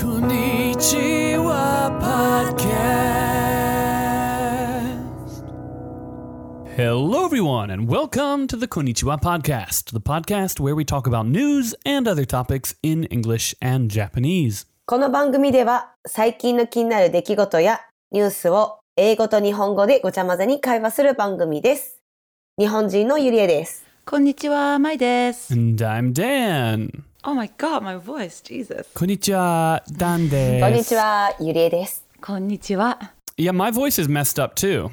こんにちはパッケー Hello everyone and welcome to the Konnichiwa podcast, the podcast where we talk about news and other topics in English and Japanese. この番組では最近の気になる出来事やニュースを英語と日本語でごちゃ混ぜに会話する番組です。日本人のゆりえです。こんにちは、まいです。 And I'm Dan. Oh my god, my voice, Jesus. Konnichiwa, Dan です.こんにちは、ゆりえです。こんにちは。 Yeah, my voice is messed up too.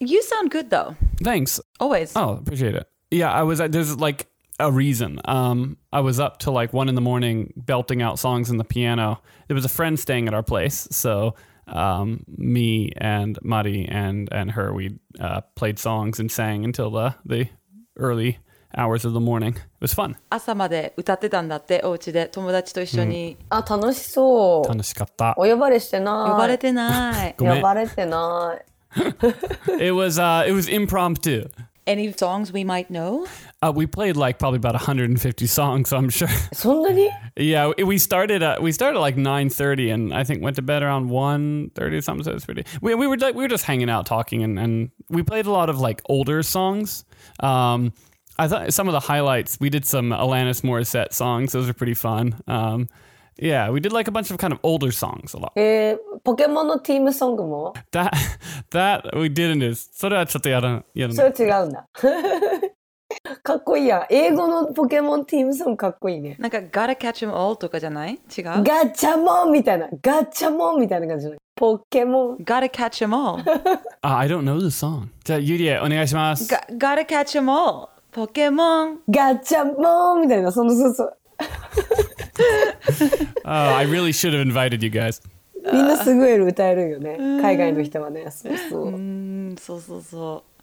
You sound good though, Thanks. always. Oh, appreciate it. Yeah, I was. There's like a reason. Um, I was up till like one in the morning belting out songs on the piano. There was a friend staying at our place, so um, me and Mari and and her we uh, played songs and sang until the the early hours of the morning. It was fun. 朝まで歌ってたんだって、お家で友達と一緒に。あ、楽しそう。楽しかった。お呼ばれしてない。呼ばれてない。ごめん呼ばれてない。 It was uh, it was impromptu. Any songs we might know? Uh, we played like probably about 150 songs, I'm sure. そんなに Yeah, we- we started. Uh, we started at like nine thirty, and I think went to bed around one thirty or something. So it's pretty. We, we were like we were just hanging out, talking, and, and we played a lot of like older songs. Um, I thought some of the highlights. We did some Alanis Morissette songs. Those are pretty fun. Um, yeah, we did like a bunch of kind of older songs a lot. えー、ポケモンのティームソングも That that we didn't is. So that's what I don't. それ違うん だ。かっこいいやん。英語のポケモンティームソングかっこいいね。なんか、Gotta Catch 'em All とかじゃない違うガチャモンみたいな。ガチャモンみたいな感じじゃないポケモン。 ?Gotta Catch 'em All. Uh, I don't know the song. Yurie, onegaishimasu. Ga- Gotta Catch 'em All. ポケモン。ガチャモンみたいな。そのそうそう。 Oh, I really should have invited you guys. みんなすごい歌えるよね。海外の人はね。そうそう。うん、そうそうそう。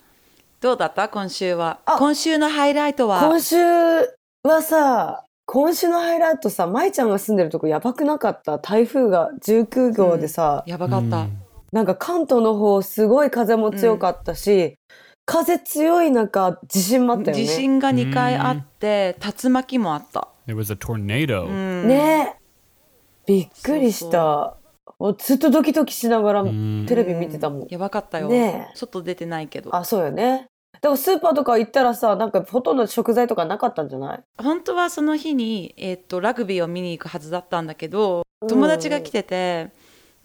どうだった今週はあ。今週のハイライトは今。週はさ、今週のハイライトさ、舞ちゃんが住んでるとこやばくなかった。台風が19号でさ、やばかった。Mm, なんか関東の方すごい風も強かったし、風強い中地震もあったよね。地震が2回あって、竜巻もあった。 There was a tornado. ねびっくりした。おずっとドキドキしながら Mm. テレビ見てたもん。やばかったよ。ねえ外出てないけど。あ、そうよね。でもスーパーとか行ったらさ、なんかほとんど食材とかなかったんじゃない本当はその日に、えーっとラグビーを見に行くはずだったんだけど友達が来てて、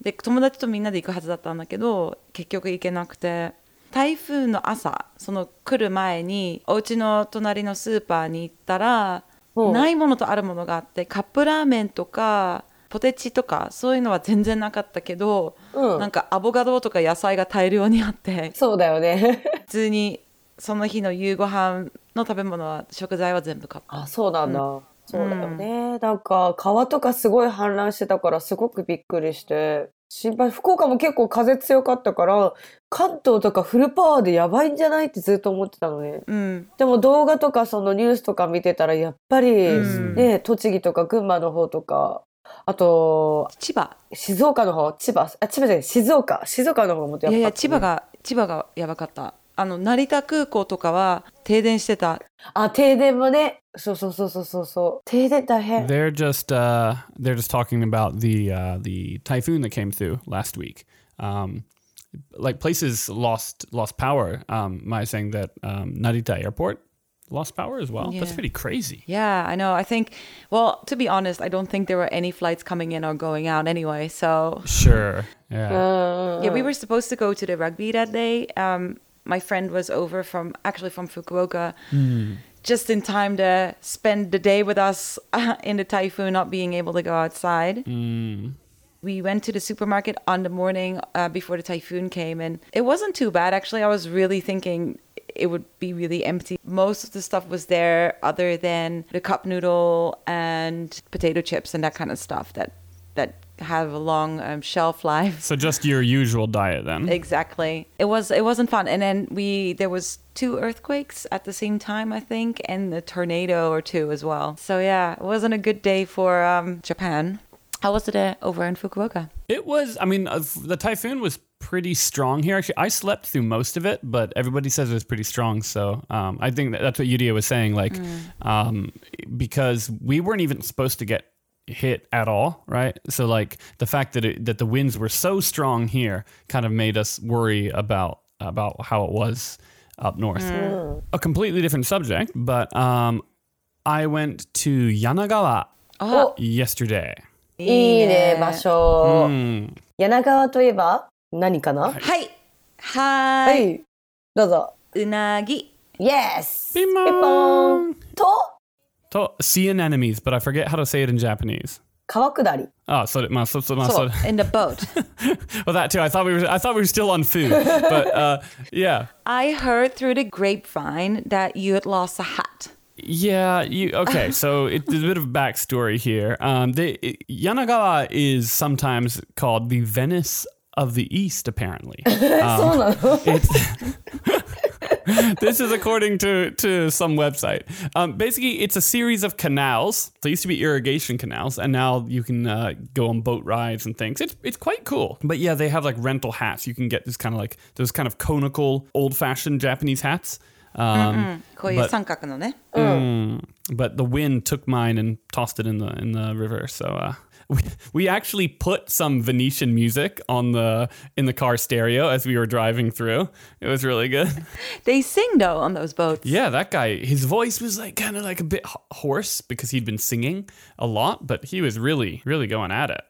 で友達とみんなで行くはずだったんだけど結局行けなくて台風の朝その来る前にお家の隣のスーパーに行ったら、うんないものとあるものがあってカップラーメンとかポテチとかそういうのは全然なかったけど、うんなんかアボカドとか野菜が大量にあってそうだよね。普通にその日の夕ご飯の食べ物は食材は全部買った。あ、そうなんだ。そうだよね。なんか川とかすごい氾濫してたからすごくびっくりして心配。福岡も結構風強かったから関東とかフルパワーでやばいんじゃないってずっと思ってたのね。うん、でも動画とかそのニュースとか見てたらやっぱり、うんね栃木とか群馬の方とかあと千葉静岡の方千葉あ千葉じゃない静岡静岡の方もやっぱいやいや千葉が千葉がやばかったあの成田空港とかは停電してたあ停電もねそうそうそうそうそうそう停電大変 They're just uh, they're just talking about the uh, the typhoon that came through last week. Um, like places lost lost power. Um, am I saying that um, Narita Airport lost power as well? That's Yeah. pretty crazy. yeah I know I think well to be honest I don't think there were any flights coming in or going out anyway so Sure. Yeah. yeah we were supposed to go to the rugby that day um my friend was over from actually from Fukuoka just in time to spend the day with us in the typhoon not being able to go outside we went to the supermarket on the morning uh, before the typhoon came and it wasn't too bad actually i was really thinking it would be really empty most of the stuff was there other than the cup noodle and potato chips and that kind of stuff that that have a long um, shelf life So just your usual diet then. exactly it was it wasn't fun and then we there was two earthquakes at the same time i think and a tornado or two as well so yeah it wasn't a good day for um, japan how was it uh, over in fukuoka It was. I mean, uh, the typhoon was pretty strong here. Actually, I slept through most of it, but everybody says it was pretty strong. So um, I think that that's what Yudia was saying. Like, um, because we weren't even supposed to get hit at all, right? So like the fact that it, that the winds were so strong here kind of made us worry about about how it was up north. A completely different subject, but um, I went to Yanagawa Oh, yesterday. いいね、場所。 Mm. 柳川といえば何かなはい。ははい。い。どうぞ。うなぎ。イエスピンポーンと、 To sea anemones, but I forget how to say it in Japanese. 川下り。 Ah, so it must. So, so, so, そ so. う。In the boat. well, that too. I thought we were. I thought we were still on food, but uh, yeah, I heard through the grapevine that you had lost a hat. yeah. You okay? So it, there's a bit of backstory here. Um, they, Yanagawa is sometimes called the Venice of the East. Apparently, そうなの this is according to to some website. Um, basically, it's a series of canals. They used to be irrigation canals, and now you can uh, go on boat rides and things. It's it's quite cool. But yeah, they have like rental hats. You can get this kind of like those kind of conical, old fashioned Japanese hats. Um, こういう三角のね。 but the wind took mine and tossed it in the in the river. So uh, we, we actually put some Venetian music on the in the car stereo as we were driving through. It was really good. They sing though on those boats. Yeah, that guy, his voice was like kind of like a bit h- hoarse because he'd been singing a lot, but he was really, really going at it.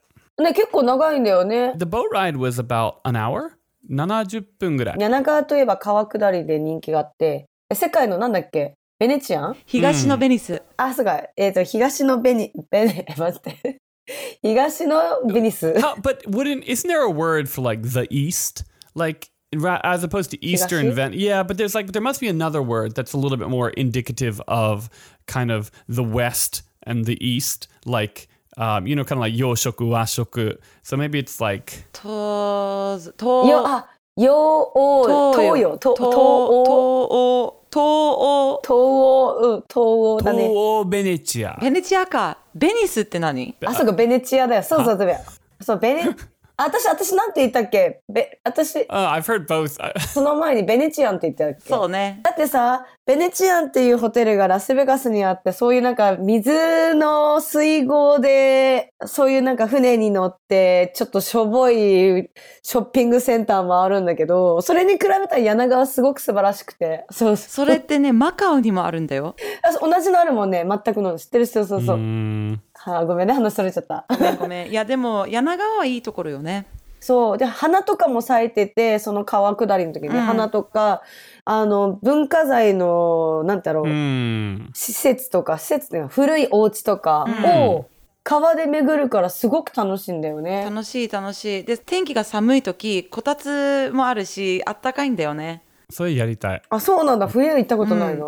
ね、結構長いんだよね。 The boat ride was about an hour. 70分ぐらい。柳川といえば川下りで人気があって、え世界のなんだっけベネチアン東のベニス。あ、そうか。えっ、と、東のベニ、 ベネ、待って。 東のベニス。 How, but wouldn't isn't there a word for like the east? Like ra- as opposed to eastern Higashi? vent. Yeah, but there's like there must be another word that's a little bit more indicative of kind of the west and the east, like um, you know, kind of like yoshoku, washoku. So maybe it's like とず、よ、と、あ、よ、お、東洋、と、と、と、東欧、と、と、東欧、うん、東欧だね。東欧ベネチア。ベネチアか。ベニスって何あ、そうか、ベネチアだよ。そうそう、そうだよ。そう、ベネ、 あ私、私なんて言ったっけべ、私、 Uh, I've heard both. その前にベネチアンって言ったっけそうね。だってさ、ベネチアンっていうホテルがラスベガスにあって、そういうなんか水の水郷で、そういうなんか船に乗って、ちょっとしょぼいショッピングセンター回るんだけど、それに比べたら柳川すごく素晴らしくて。そうそう。それってね、マカオにもあるんだよ。あそう同じのあるもんね。全くの知ってる人、そうそう。 Mm, はあ、ごめんね、話それちゃった。ごめんごめん。いや、でも、柳川はいいところよね。そう。で、花とかも咲いてて、その川下りの時に、ねうん花とか、あの、文化財の、なんだろう、 mm. 施設とか施設っていうのは古いお家とかを川で巡るからすごく楽しいんだよね。楽しい楽しい。で、天気が寒い時、こたつもあるし、あったかいんだよね。それやりたい。あ、そうなんだ。冬行ったことないな。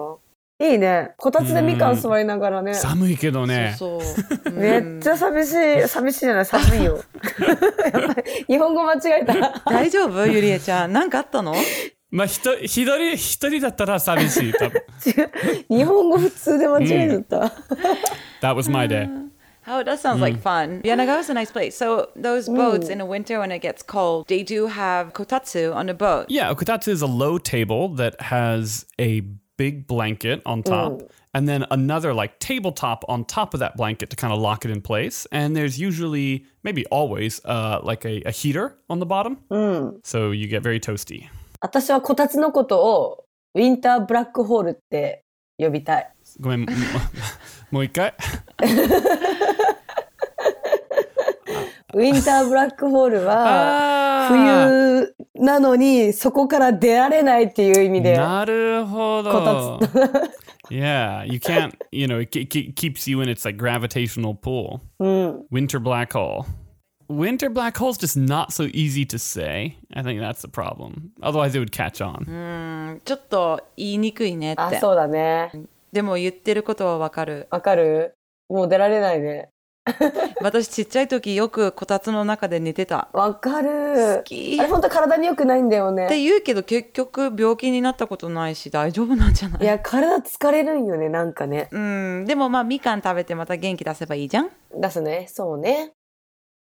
いいね。こたつでみかん座りながらね。寒いけどね。そ うそう。めっちゃ寂しい。寂しいじゃない寒いよ。 やっぱり日本語間違えた。大丈夫ゆりえちゃん。なんかあったの まあ、ひと、一人、一人だったら寂しい。多分。日本語普通で間違えちゃった。 That was my day. Oh, that sounds like fun. Yanagawa's a nice place. So those boats in the winter when it gets cold, they do have kotatsu on the boat. Yeah, okutatsu is a low table that has a big blanket on top Oh. and then another like tabletop on top of that blanket to kind of lock it in place. And there's usually, maybe always, uh, like a, a heater on the bottom. Mm. So you get very toasty. 私はこたつのことをウィンターブラックホールって呼びたい。ごめん、も- もう一回。ウィンターブラックホール Uh, は Ah. 冬なのにそこから出られないっていう意味で。なるほど。yeah, you can't, you know, it, ke- ke- keeps you in its like gravitational pull. うん。 Winter black hole. Winter black hole's just not so easy to say. I think that's the problem. Otherwise, it would catch on. ちょっと言いにくいねっあ、て。そうだね。でも言ってることはわかる。わかるもう出られないね。私ちっちゃい時よくこたつの中で寝てた。わか好る。き。あれっ本当体に良くないんだよね。て言うけど結局病気になったことないし大丈夫なんじゃないいや、体疲れるんよね、なんかね。うん。でもまあみかん食べてまた元気出せばいいじゃん。出すね。そうね。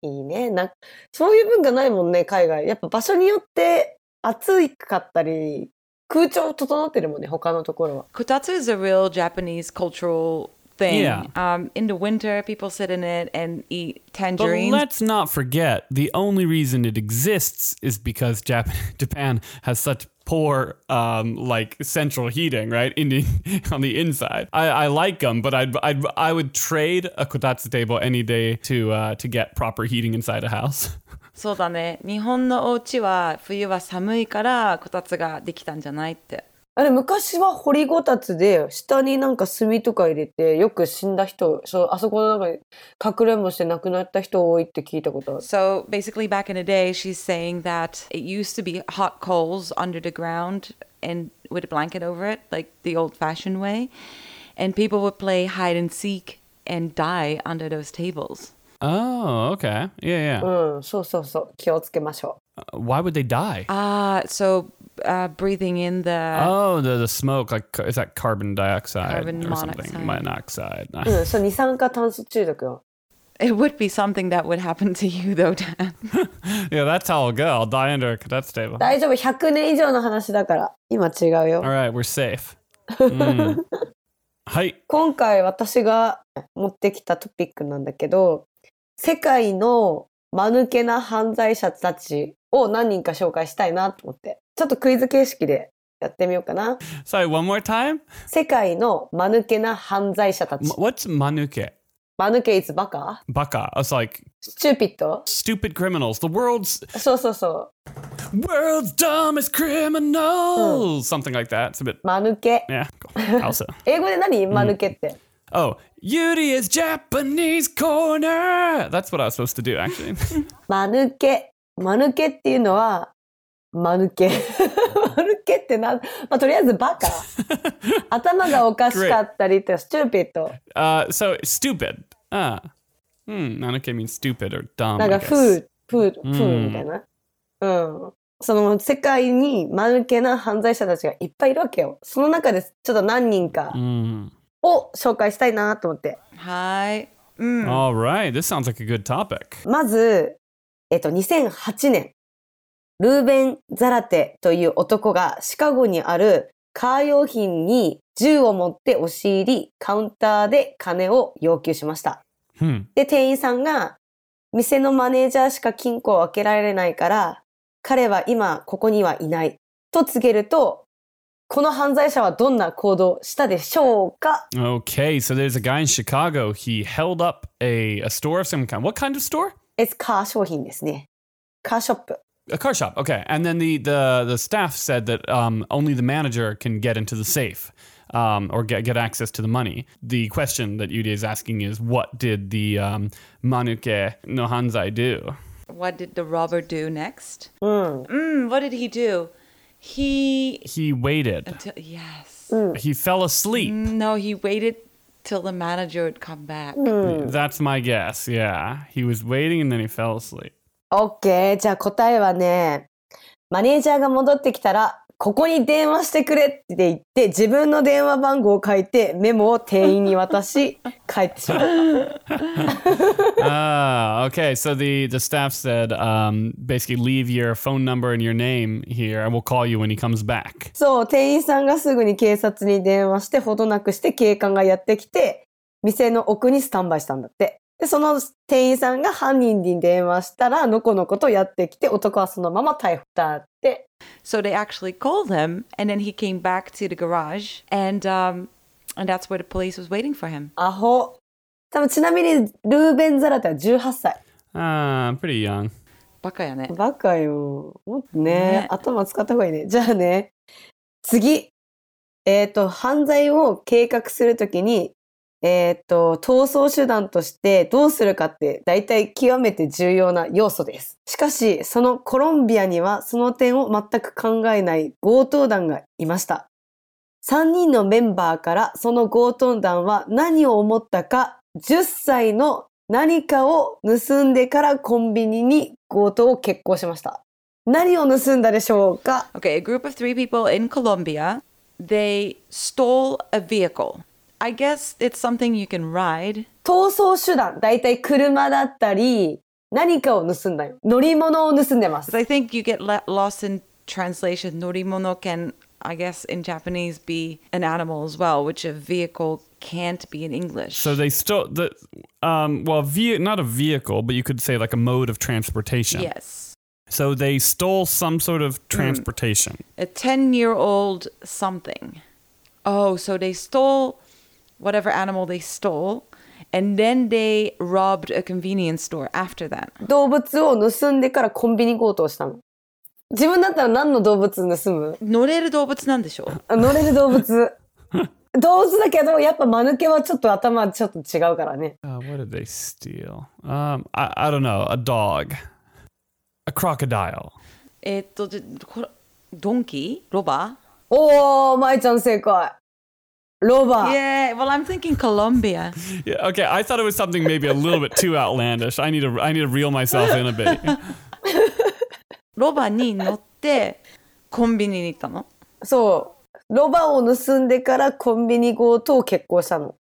いいね。なんそういう文化ないもんね、海外。やっぱ場所によって暑いかったり、空調整ってるもんね、他のところは。 Kotatsu is a real Japanese cultural thing. Yeah. Um, in the winter, people sit in it and eat But tangerines. let's not forget the only reason it exists is because Japan Japan has such poor um, like central heating right in the, on the inside. I, I like them, but I'd, I'd I would trade a kotatsu table any day to uh, to get proper heating inside a house. そうだね。日本のお家は冬は寒いからこたつができたんじゃないって。あれ、昔は掘りごたつで、下になんか炭とか入れて、よく死んだ人、そうあそこの中に隠れんぼして亡くなった人多いって聞いたことある。 So basically, back in the day, she's saying that it used to be hot coals under the ground and with a blanket over it, like the old fashioned way. And people would play hide and seek and die under those tables. Oh, okay, yeah, yeah. うん、そうそうそう。気をつけましょ Uh, Why would they die? Ah, so uh, breathing in the. Oh, the, the smoke like ca- is that carbon dioxide Carbon or something? Monoxide. う。うん、そう、二酸化炭素中毒よ。 It would be something that would happen to you, though, Dan. yeah, that's how I'll go. I'll die under a cadet's table. 大丈夫、100年以上の話だから。今違うよ All。right, we're safe. Mm. Hi. 今回私が持ってきたトピックなんだけど、世界の間抜けな犯罪者たちを何人か紹介したいなと思って、ちょっとクイズ形式でやってみようかな。 Sorry, one more time. 世界の間抜けな犯罪者たち M-。what's manuke? 間抜けいつバカ Baka. It's like スチューピット stupid criminals. The world's そうそうそ world's dumbest criminals. Something like that. It's a bit う。間抜け。 yeah. Cool. Also. 英語で何間抜けって。 Oh, Yuri is Japanese corner. That's what I was supposed to do actually. 間抜け。間抜けっていうのは、間抜け。間抜けってなん、まあ、とりあえずバカ。頭がおかしかったりって、スチューピット。 uh, so stupid. Ah. Hmm, manuke means stupid or dumb. なん I か、 guess. フー、フー、フーみたいな。うん。その世界に間抜けな犯罪者たちがいっぱいいるわけよ。その中でちょっと何人か Mm. を紹介したいなと思って。 Hi. Mm, All right, this sounds like a good topic. まず、えっと、2008年、ルーベン・ザラテという男がシカゴにあるカー用品に銃を持って押し入り、カウンターで金を要求しました。 Hmm. で、店員さんが、店のマネージャーしか金庫を開けられないから、彼は今ここにはいない。と告げると、この犯罪者はどんな行動をしたでしょうか Okay, so there's a guy in Chicago. He held up a, a store of some kind. What kind of store? ?It's car 商品ですね。カーショップ。 A car shop. Okay, and then the the, the staff said that um, only the manager can get into the safe um, or get get access to the money. The question that Yudi is asking is, what did the um, manuke no hanzai do? What did the robber do next? うん。 Mm, what did he do? He. He waited. Until, yes. He fell asleep. No, he waited till the manager would come back. That's my guess. Yeah, he was waiting and then he fell asleep. OK。じゃあ答えはね、マネージャーが戻ってきたら、ここに電話してくれって言って、自分の電話番号を書いて、メモを店員に渡し、帰ってしまう。 Ah, okay. So the the staff said, um, basically, leave your phone number and your name here, and we'll call you when he comes back. そう、店員さんがすぐに警察に電話して、ほどなくして警官がやってきて、店の奥にスタンバイしたんだって。で、その店員さんが犯人に電話したら、のこのことやってきて、男はそのまま逮捕だって。 So they actually called him, and then he came back to the garage, and um, and that's where the police was waiting for him. アホ。多分ちなみに、ルーベン・ザラテは18歳。 Ah, pretty young. バカやね。バカよ。もっとね、ね頭使った方がいいね。じゃあね、次。えっ、と、犯罪を計画するときに、えっ、と、逃走手段としてどうするかって大体極めて重要な要素です。しかし、そのコロンビアにはその点を全く考えない強盗団がいました。3人のメンバーからその強盗団は何を思ったか10歳の何かを盗んでからコンビニに強盗を決行しました。何を盗んだでしょうか Okay, a group of three people in Colombia, they stole a vehicle. I guess it's something you can ride. 逃走手段、だいたい車だったり、何かを盗んだよ。乗り物を盗んでま 'Cause す。 I think you get le- lost in translation. Norimono can, I guess, in Japanese, be an animal as well, which a vehicle can't be in English. So they still the um well ve- not a vehicle, but you could say like a mode of transportation. yes. So they stole some sort of transportation. a 10 year old something. Oh, so they stole whatever animal they stole, and then they robbed a convenience store after that. 動物を盗んでからコンビニ強盗をしたの。自分だったら何の動物盗む 乗れる動物なんでしょうあ乗れる動物。動物だけど、やっぱ間抜けはちょっと頭ちょっと違うからね。 Uh, what did they steal? Um, I, I don't know. A dog, a crocodile. えーっと、じゃこれドンキーロバおー、舞ちゃん正解。ロバー。 Yeah, well, I'm thinking Colombia. Yeah, okay, I thought it was something maybe a little bit too outlandish. I need to I need to reel myself in a bit. ロバに乗ってコンビニに行ったの。そう。ロバを盗んでからコンビニ強盗を決行したの。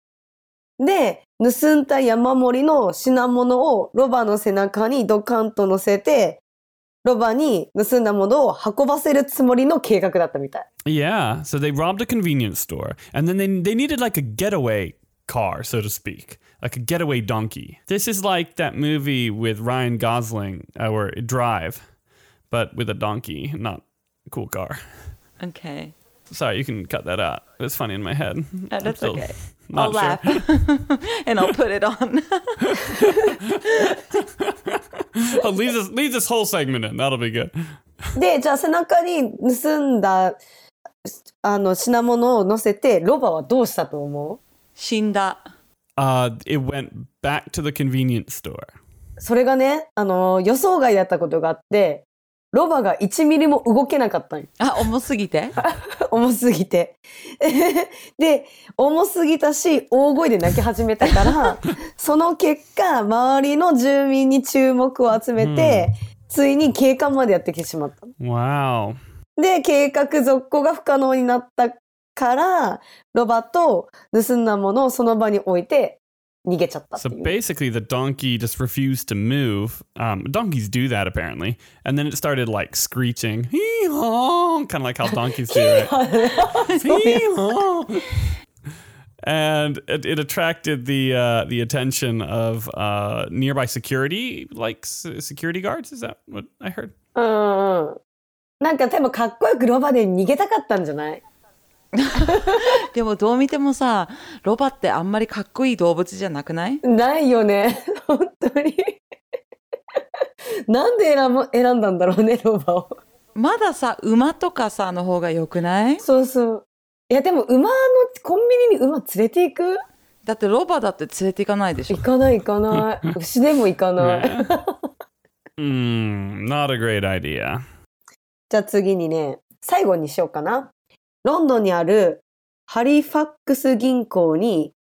で、盗んだ山盛りの品物をロバの背中にドカンと乗せて、ロバに盗んだものを運ばせるつもりの計画だったみたい。 Yeah, so they robbed a convenience store, and then they they needed like a getaway car, so to speak, like a getaway donkey. This is like that movie with Ryan Gosling, uh, or Drive, but with a donkey, not a cool car. Okay. Sorry, you can cut that out. It was funny in my head. Uh, I'm that's still okay. not sure. I'll laugh and I'll put it on. Oh, leave this leave this whole segment in. That'll be good. で、じゃあ背中に盗んだ、あの、品物を乗せて、ロバはどうしたと思う死んだ。 Uh, it went back to the convenience store. それがね、あの、予想外だったことがあって、ロバが1ミリも動けなかったんよあ、重すぎ て。重すぎて。 で、重すぎたし、大声で泣き始め たから、その結果、周りの住民に注目を集めて、ついに警官までやってきてしまったの。 Wow. で、計画続行が不可能になったから、ロバと盗んだものをその場に置いて逃げちゃったってい So う。 basically, the donkey just refused to move. Um, donkeys do that apparently, and then it started like screeching, hee haw, kind of like how donkeys do it. そう Hee-haw. and it, it attracted the uh, the attention of uh, nearby security, like s- security guards. Is that what I heard? うんうん。なんか多分かっこよくロバで逃げたかったんじゃないでもどう見てもさ、ロバってあんまりかっこいい動物じゃなくないないよね。 本当に。なんで選ぶ選んだんだろうね、ロバを。まださ、馬とかさ、の方が良くないそうそう。いや、でも馬の、コンビニに馬連れていくだってロバだって連れて行かないでしょ行。かない行かない。牛でも行かない。 Mm, not a great idea. じゃあ次にね、最後にしようかな。ロンドンにあるハリファックス銀行に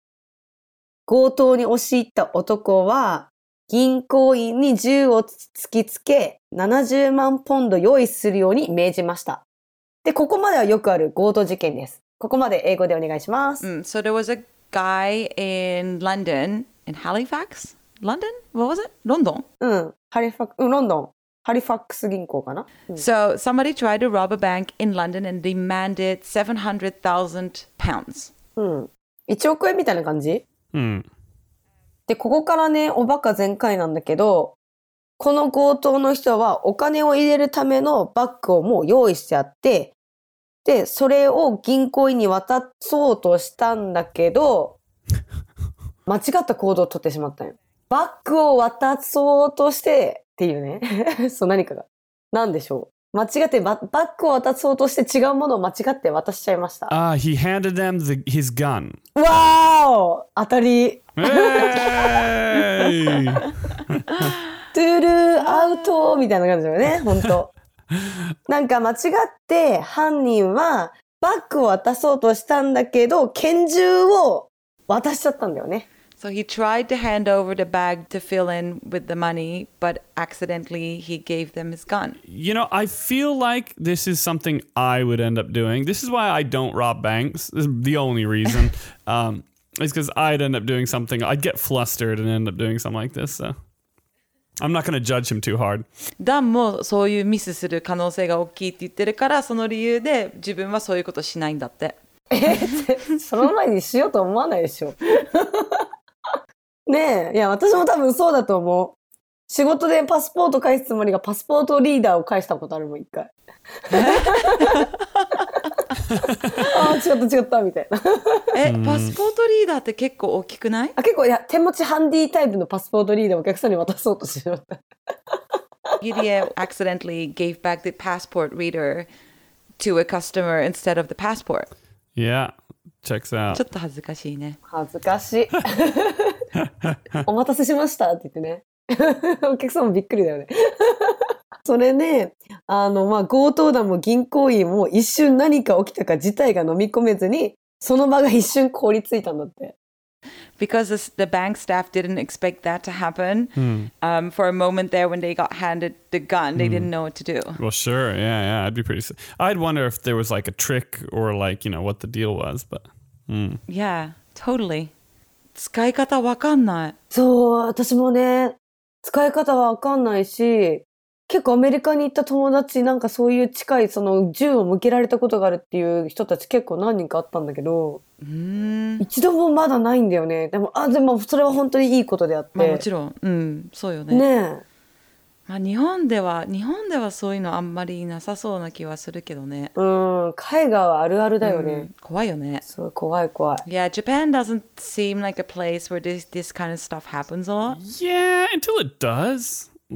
強盗に押し入った男は銀行員に銃を突きつけ70万ポンド用意するように命じました。で、ここまではよくある強盗事件です。ここまで英語でお願いします。 Mm, so there was a guy in London, in Halifax? London? What was it? London. うん。ハリファック、うん、ロンドン。ハリファックス銀行かな、うん So somebody tried to rob a bank in London and demanded 700,000 pounds. うん。1億円みたいな感じ Hmm. で、ここからね、おバカ全開なんだけど、この強盗の人はお金を入れるためのバッグをもう用意してあって、で、それを銀行員に渡そうとしたんだけ ど、間違った行動を取ってしまったんよ。バッグを渡そうとして、っていうね。 そう、何かが。なんでしょう。間違ってバ、バッグを渡そうとして違うものを間違って渡しちゃいました。 Ah, he handed them the, his gun. わーお当たり。 Hey! トゥールーアウトみたいな感じだよね、本当なんか間違って犯人はバッグを渡そうとしたんだけど、拳銃を渡しちゃったんだよね。 So he tried to hand over the bag to fill in with the money, but accidentally he gave them his gun. You know, I feel like this is something I would end up doing. This is why I don't rob banks. This is the only reason um, is because I'd end up doing something. I'd get flustered and end up doing something like this. So I'm not going to judge him too hard. ダンもそういうミスする可能性が大きいって言ってるから、その理由で自分はそういうことしないんだって。えその前にしようと思わないでしょ。 ねえ、いや、私も多分そうだと思う。仕事でパスポート返すつもりがパスポートリーダーを返したことあるもん、一回。ああ、違った違った、みたいな。え、パスポートリーダーって結構大きくないあ結構、いや、手持ちハンディタイプのパスポートリーダーをお客さんに渡そうとしてました。 Yurie accidentally gave back the passport reader to a customer instead of the passport. Yeah, checks out. ちょっと恥ずかしいね。 恥ずかし い。お待たせしましたって言って ね。お客さんもびっくりだよね。 それね、あの、まあ、強盗団も銀行員も一瞬何か起きたか事態が飲み込めずに、その場が一瞬凍りついたんだって。 because this, the bank staff didn't expect that to happen. Um, for a moment there, when they got handed the gun, they didn't know what to do. Well, sure. Yeah, yeah. I'd be pretty. s- I'd wonder if there was like a trick or like you know what the deal was, but mm. Yeah, totally. 使い方わかんない。そう、私もね、使い方はわかんないし、結構アメリカに行った友達なんかそういう近いその銃を向けられたことがあるっていう人たち結構何人かあったんだけど、うーん。一度もまだないんだよね。でも、あ、でもそれは本当にいいことであって。まあもちろん、うん、そうよね。ねえ。まあ日本では、日本ではそういうのあんまりなさそうな気はするけどね。うん、海外はあるあるだよね。うん怖いよね。すごい怖い怖い。 Yeah, Japan doesn't seem like a place where this, this kind of stuff happens a lot. yeah, until it does.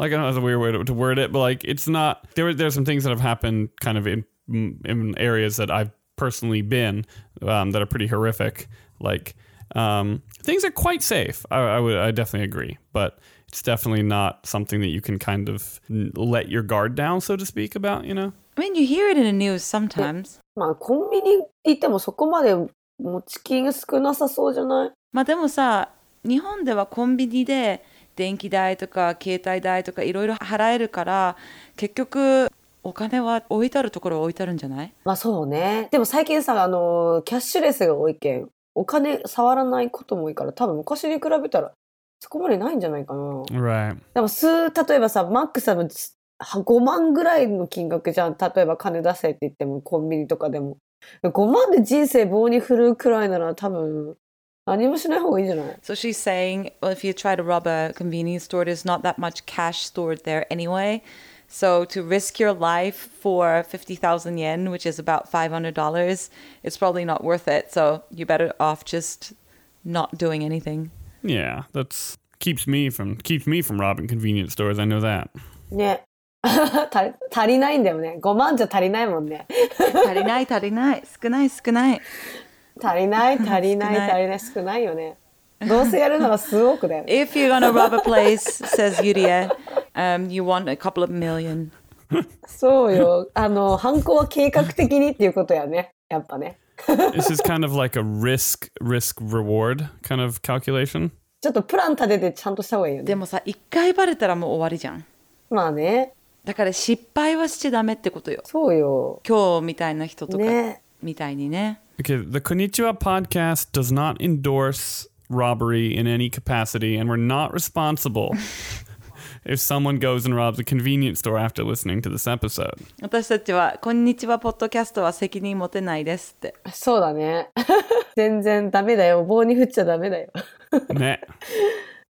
like I don't know, that's a weird way to, to word it, but like it's not. There were there's some things that have happened kind of in in areas that I've personally been um, that are pretty horrific. Like um, things are quite safe. I, I would I definitely agree, but. It's definitely not something that you can kind of n- let your guard down, so to speak, about, you know? I mean, you hear it in the news sometimes. まあ、コンビニ行ってもそこまで持ち金少なさそうじゃないまあでもさ日本ではコンビニで電気代とか携帯代とかいろいろ払えるから結局お金は置いてあるところは置いてあるんじゃないまあそうね。でも最近さ、あの、キャッシュレスが多いけん、お金触らないことも多いから、多分昔に比べたらそこまでないんじゃないかな。 Right. でも数、例えばさ、マックス多分つは5万ぐらいの金額じゃん。例えば金出せって言っても、コンビニとかでも。5万で人生棒に振るうくらいなら多分、何もしない方がいいんじゃない So she's saying well, if you try to rob a convenience store there's not that much cash stored there anyway So to risk your life for 50,000 yen which is about $500 it's probably not worth it so you better off just not doing anything Yeah, that's keeps me from keeps me from robbing convenience stores. I know that. ね。 足り足りないんだよね。5万じゃ足りないもん ね。足りない足りない少ない少ない足りない、足りない、少ない足りない、少ないよね。どうせやるなら数億だよね。 If you're gonna rob a place, says Yuria, um, you want a couple of million. そうよ。あの、犯行は計画的にっていうことやね。やっぱね。 this is kind of like a risk risk reward kind of calculation. ちょっとプラン立ててちゃんとした方がいいよね。でもさ、一回バレたらもう終わりじゃん。まあね。だから失敗はしちゃダメってことよ。そうよ。今日みたいな人とか、ね。みたいにね。 Okay, the Konnichiwa podcast does not endorse robbery in any capacity, and we're not responsible if someone goes and robs a convenience store after listening to this episode. 私たちは、こんにちは、ポッドキャストは責任持てないですって。そうだね。 全然ダメだよ。棒に振っちゃダメだよ。 Nah.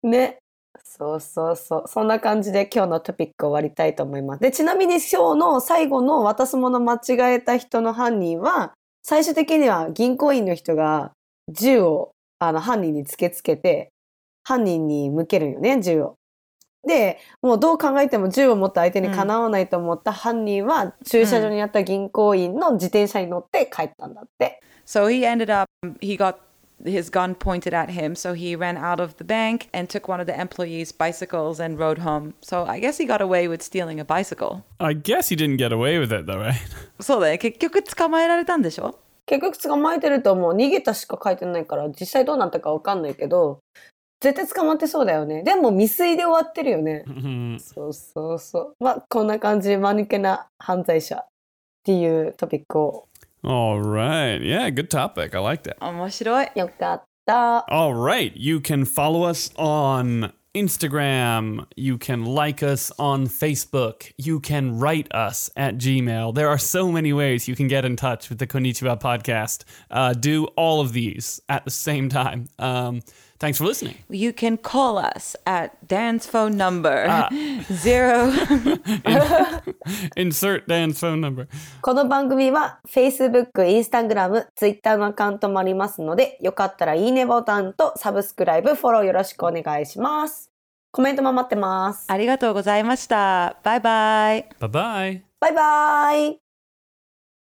ね。そうそうそう。そんな感じで今日のトピック終わりたいと思います。で、ちなみに今日の最後の渡すもの間違えた人の犯人は、最終的には銀行員の人が銃をあの犯人に突きつけて、犯人に向けるんよね、銃を。で、もうどう考えても銃を持った相手にかなわないと思った犯人は、駐車場にあった銀行員の自転車に乗って帰ったんだって。 So he ended up, he got his gun pointed at him, so he ran out of the bank and took one of the employees' bicycles and rode home. So I guess he got away with stealing a bicycle. I guess he didn't get away with it though, right? そうだよ、結局捕まえられたんでしょ結局捕まえてるともう逃げたしか書いてないから実際どうなったかわかんないけど絶対捕まってそうだよねでも未遂で終わってるよねそうそうそうまあこんな感じで間抜けな犯罪者っていうトピックを All right. Yeah, good topic. I like that. 面白い。よかった All right. You can follow us on Instagram. You can like us on Facebook. You can write us at Gmail. There are so many ways you can get in touch with the Konnichiwa podcast. Uh, do all of these at the same time. Um, thanks for listening. You can call us at Dan's phone number zero. Insert Dan's phone number. この番組は Facebook、Instagram、Twitter のアカウントもありますので、よかったらいいねボタンとサブスクライブ、フォローよろしくお願いします。コメントも待ってます。ありがとうございました。バイバイ。 Bye bye. バイバイ